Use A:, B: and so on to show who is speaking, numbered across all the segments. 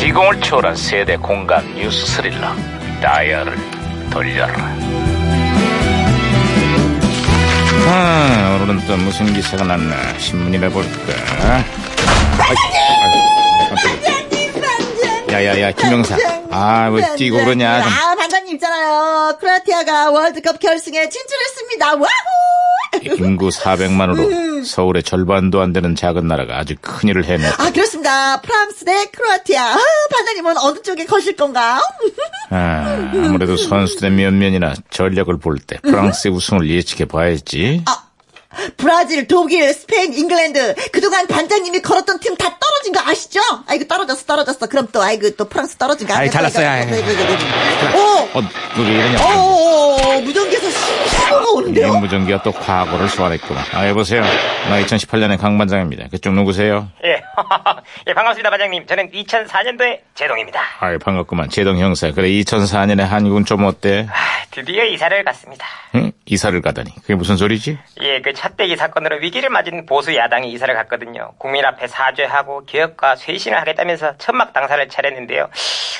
A: 감성을 초월한 세대 공감 뉴스 스릴러 다이얼을 돌려라 아, 오늘은 또 무슨 기사가 났나 신문이나 볼까 아이, 아이, 깜짝이야.
B: 반장님,
A: 야야야 김영사
B: 반장님,
A: 아왜 뛰고
B: 반장님.
A: 그러냐 좀.
B: 아 반장님 있잖아요. 크로아티아가 월드컵 결승에 진출했습니다. 와우!
A: 인구 400만으로 서울의 절반도 안 되는 작은 나라가 아주 큰일을 해냈
B: 아 그렇습니다. 프랑스 대 크로아티아. 아, 반장님은 어느 쪽에 거실 건가?
A: 아, 아무래도 선수들의 면면이나 전략을 볼 때 프랑스의 우승을 예측해 봐야지.
B: 브라질, 독일, 스페인, 잉글랜드. 그동안 반장님이 걸었던 팀 다 떨어진 거 아시죠? 아이고 떨어졌어, 떨어졌어. 그럼 또 아이고 또 프랑스 떨어진 거
A: 아이,
B: 아니야? 네,
A: 잘났어요. 아이, 아이,
B: 오,
A: 어, 너왜 이러냐?
B: 오, 무전기에서 신호가
A: 이
B: 오는데요.
A: 무전기가 또 과거를 소환했구나. 아, 여보세요. 나 2018년의 강반장입니다. 그쪽 누구세요?
C: 예. 예, 반갑습니다, 반장님. 저는 2004년도에 제동입니다.
A: 아이, 반갑구만. 제동 형사. 그래, 2004년에 한국은 좀 어때?
C: 아, 드디어 이사를 갔습니다.
A: 응? 이사를 가다니. 그게 무슨 소리지?
C: 예, 그 차떼기 사건으로 위기를 맞은 보수 야당이 이사를 갔거든요. 국민 앞에 사죄하고 개혁과 쇄신을 하겠다면서 천막 당사를 차렸는데요.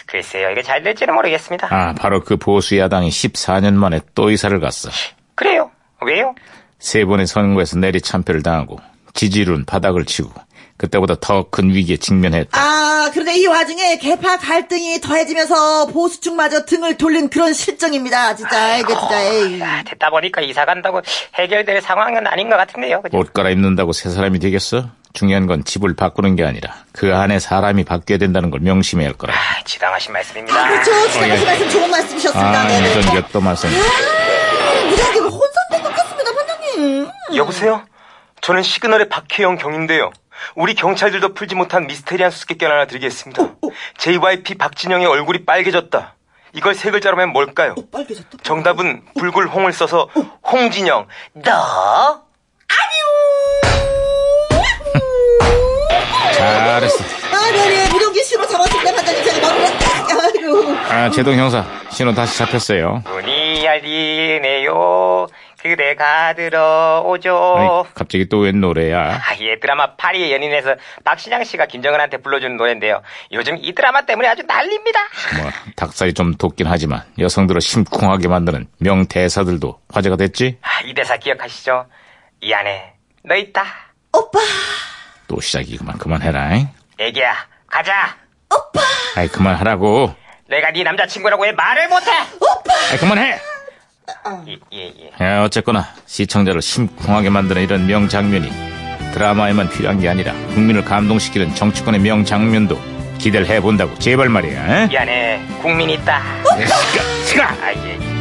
C: 글쎄요, 이게 잘 될지는 모르겠습니다.
A: 아, 바로 그 보수 야당이 14년 만에 또 이사를 갔어.
C: 그래요? 왜요?
A: 세 번의 선거에서 내리 참패를 당하고 지지율은 바닥을 치고 그때보다 더 큰 위기에 직면했다.
B: 아, 그런데 이 와중에 개파 갈등이 더해지면서 보수층마저 등을 돌린 그런 실정입니다. 진짜, 이게 진짜, 에이.
C: 아, 됐다 보니까 이사 간다고 해결될 상황은 아닌 것 같은데요.
B: 뭐.
C: 그죠?
A: 옷 갈아입는다고 새 사람이 되겠어? 중요한 건 집을 바꾸는 게 아니라 그 안에 사람이 바뀌어야 된다는 걸 명심해야 할 거라.
C: 아, 지당하신 말씀입니다.
B: 아, 그렇죠. 지금 하신 말씀 좋은 말씀이셨습니다.
A: 예. 아,
B: 네네.
A: 무전기가 또 말썽.
B: 아, 무전기가 혼선된 것 같습니다, 반장님.
D: 네. 여보세요? 저는 시그널의 박혜영 경인데요. 우리 경찰들도 풀지 못한 미스테리한 수수께끼를 하나 드리겠습니다. JYP 박진영의 얼굴이 빨개졌다. 이걸 세 글자로 하면 뭘까요?
B: 빨개졌다.
D: 정답은 붉을 홍을 써서 홍진영. 너?
A: 잘했어.
B: 아, 네네. 무전기 신호 잡았습니다, 반장님. 제가 마무리를 딱. 아이고.
A: 아, 제동 형사. 신호 다시 잡혔어요.
C: 문이 열리네요. 그대가
A: 아니,
C: 들어오죠.
A: 갑자기 또 웬 노래야?
C: 아, 예, 드라마 파리의 연인에서 박신양 씨가 김정은한테 불러주는 노래인데요. 요즘 이 드라마 때문에 아주 난리입니다.
A: 뭐, 닭살이 좀 돋긴 하지만 여성들을 심쿵하게 만드는 명대사들도 화제가 됐지?
C: 아, 이 대사 기억하시죠? 이 안에 너 있다.
B: 오빠,
A: 또 시작이구만. 그만해라. 잉?
C: 애기야, 가자.
B: 오빠,
A: 아이, 그만하라고.
C: 내가 네 남자친구라고 왜 말을 못해?
B: 오빠.
A: 아이, 그만해!
C: 예, 예, 예.
A: 야, 어쨌거나 시청자를 심쿵하게 만드는 이런 명장면이 드라마에만 필요한 게 아니라 국민을 감동시키는 정치권의 명장면도 기대를 해본다고 제발 말이야. 에?
C: 이 안에 국민이 있다.
A: 시끄러, 시끄러.
C: 아, 예, 예.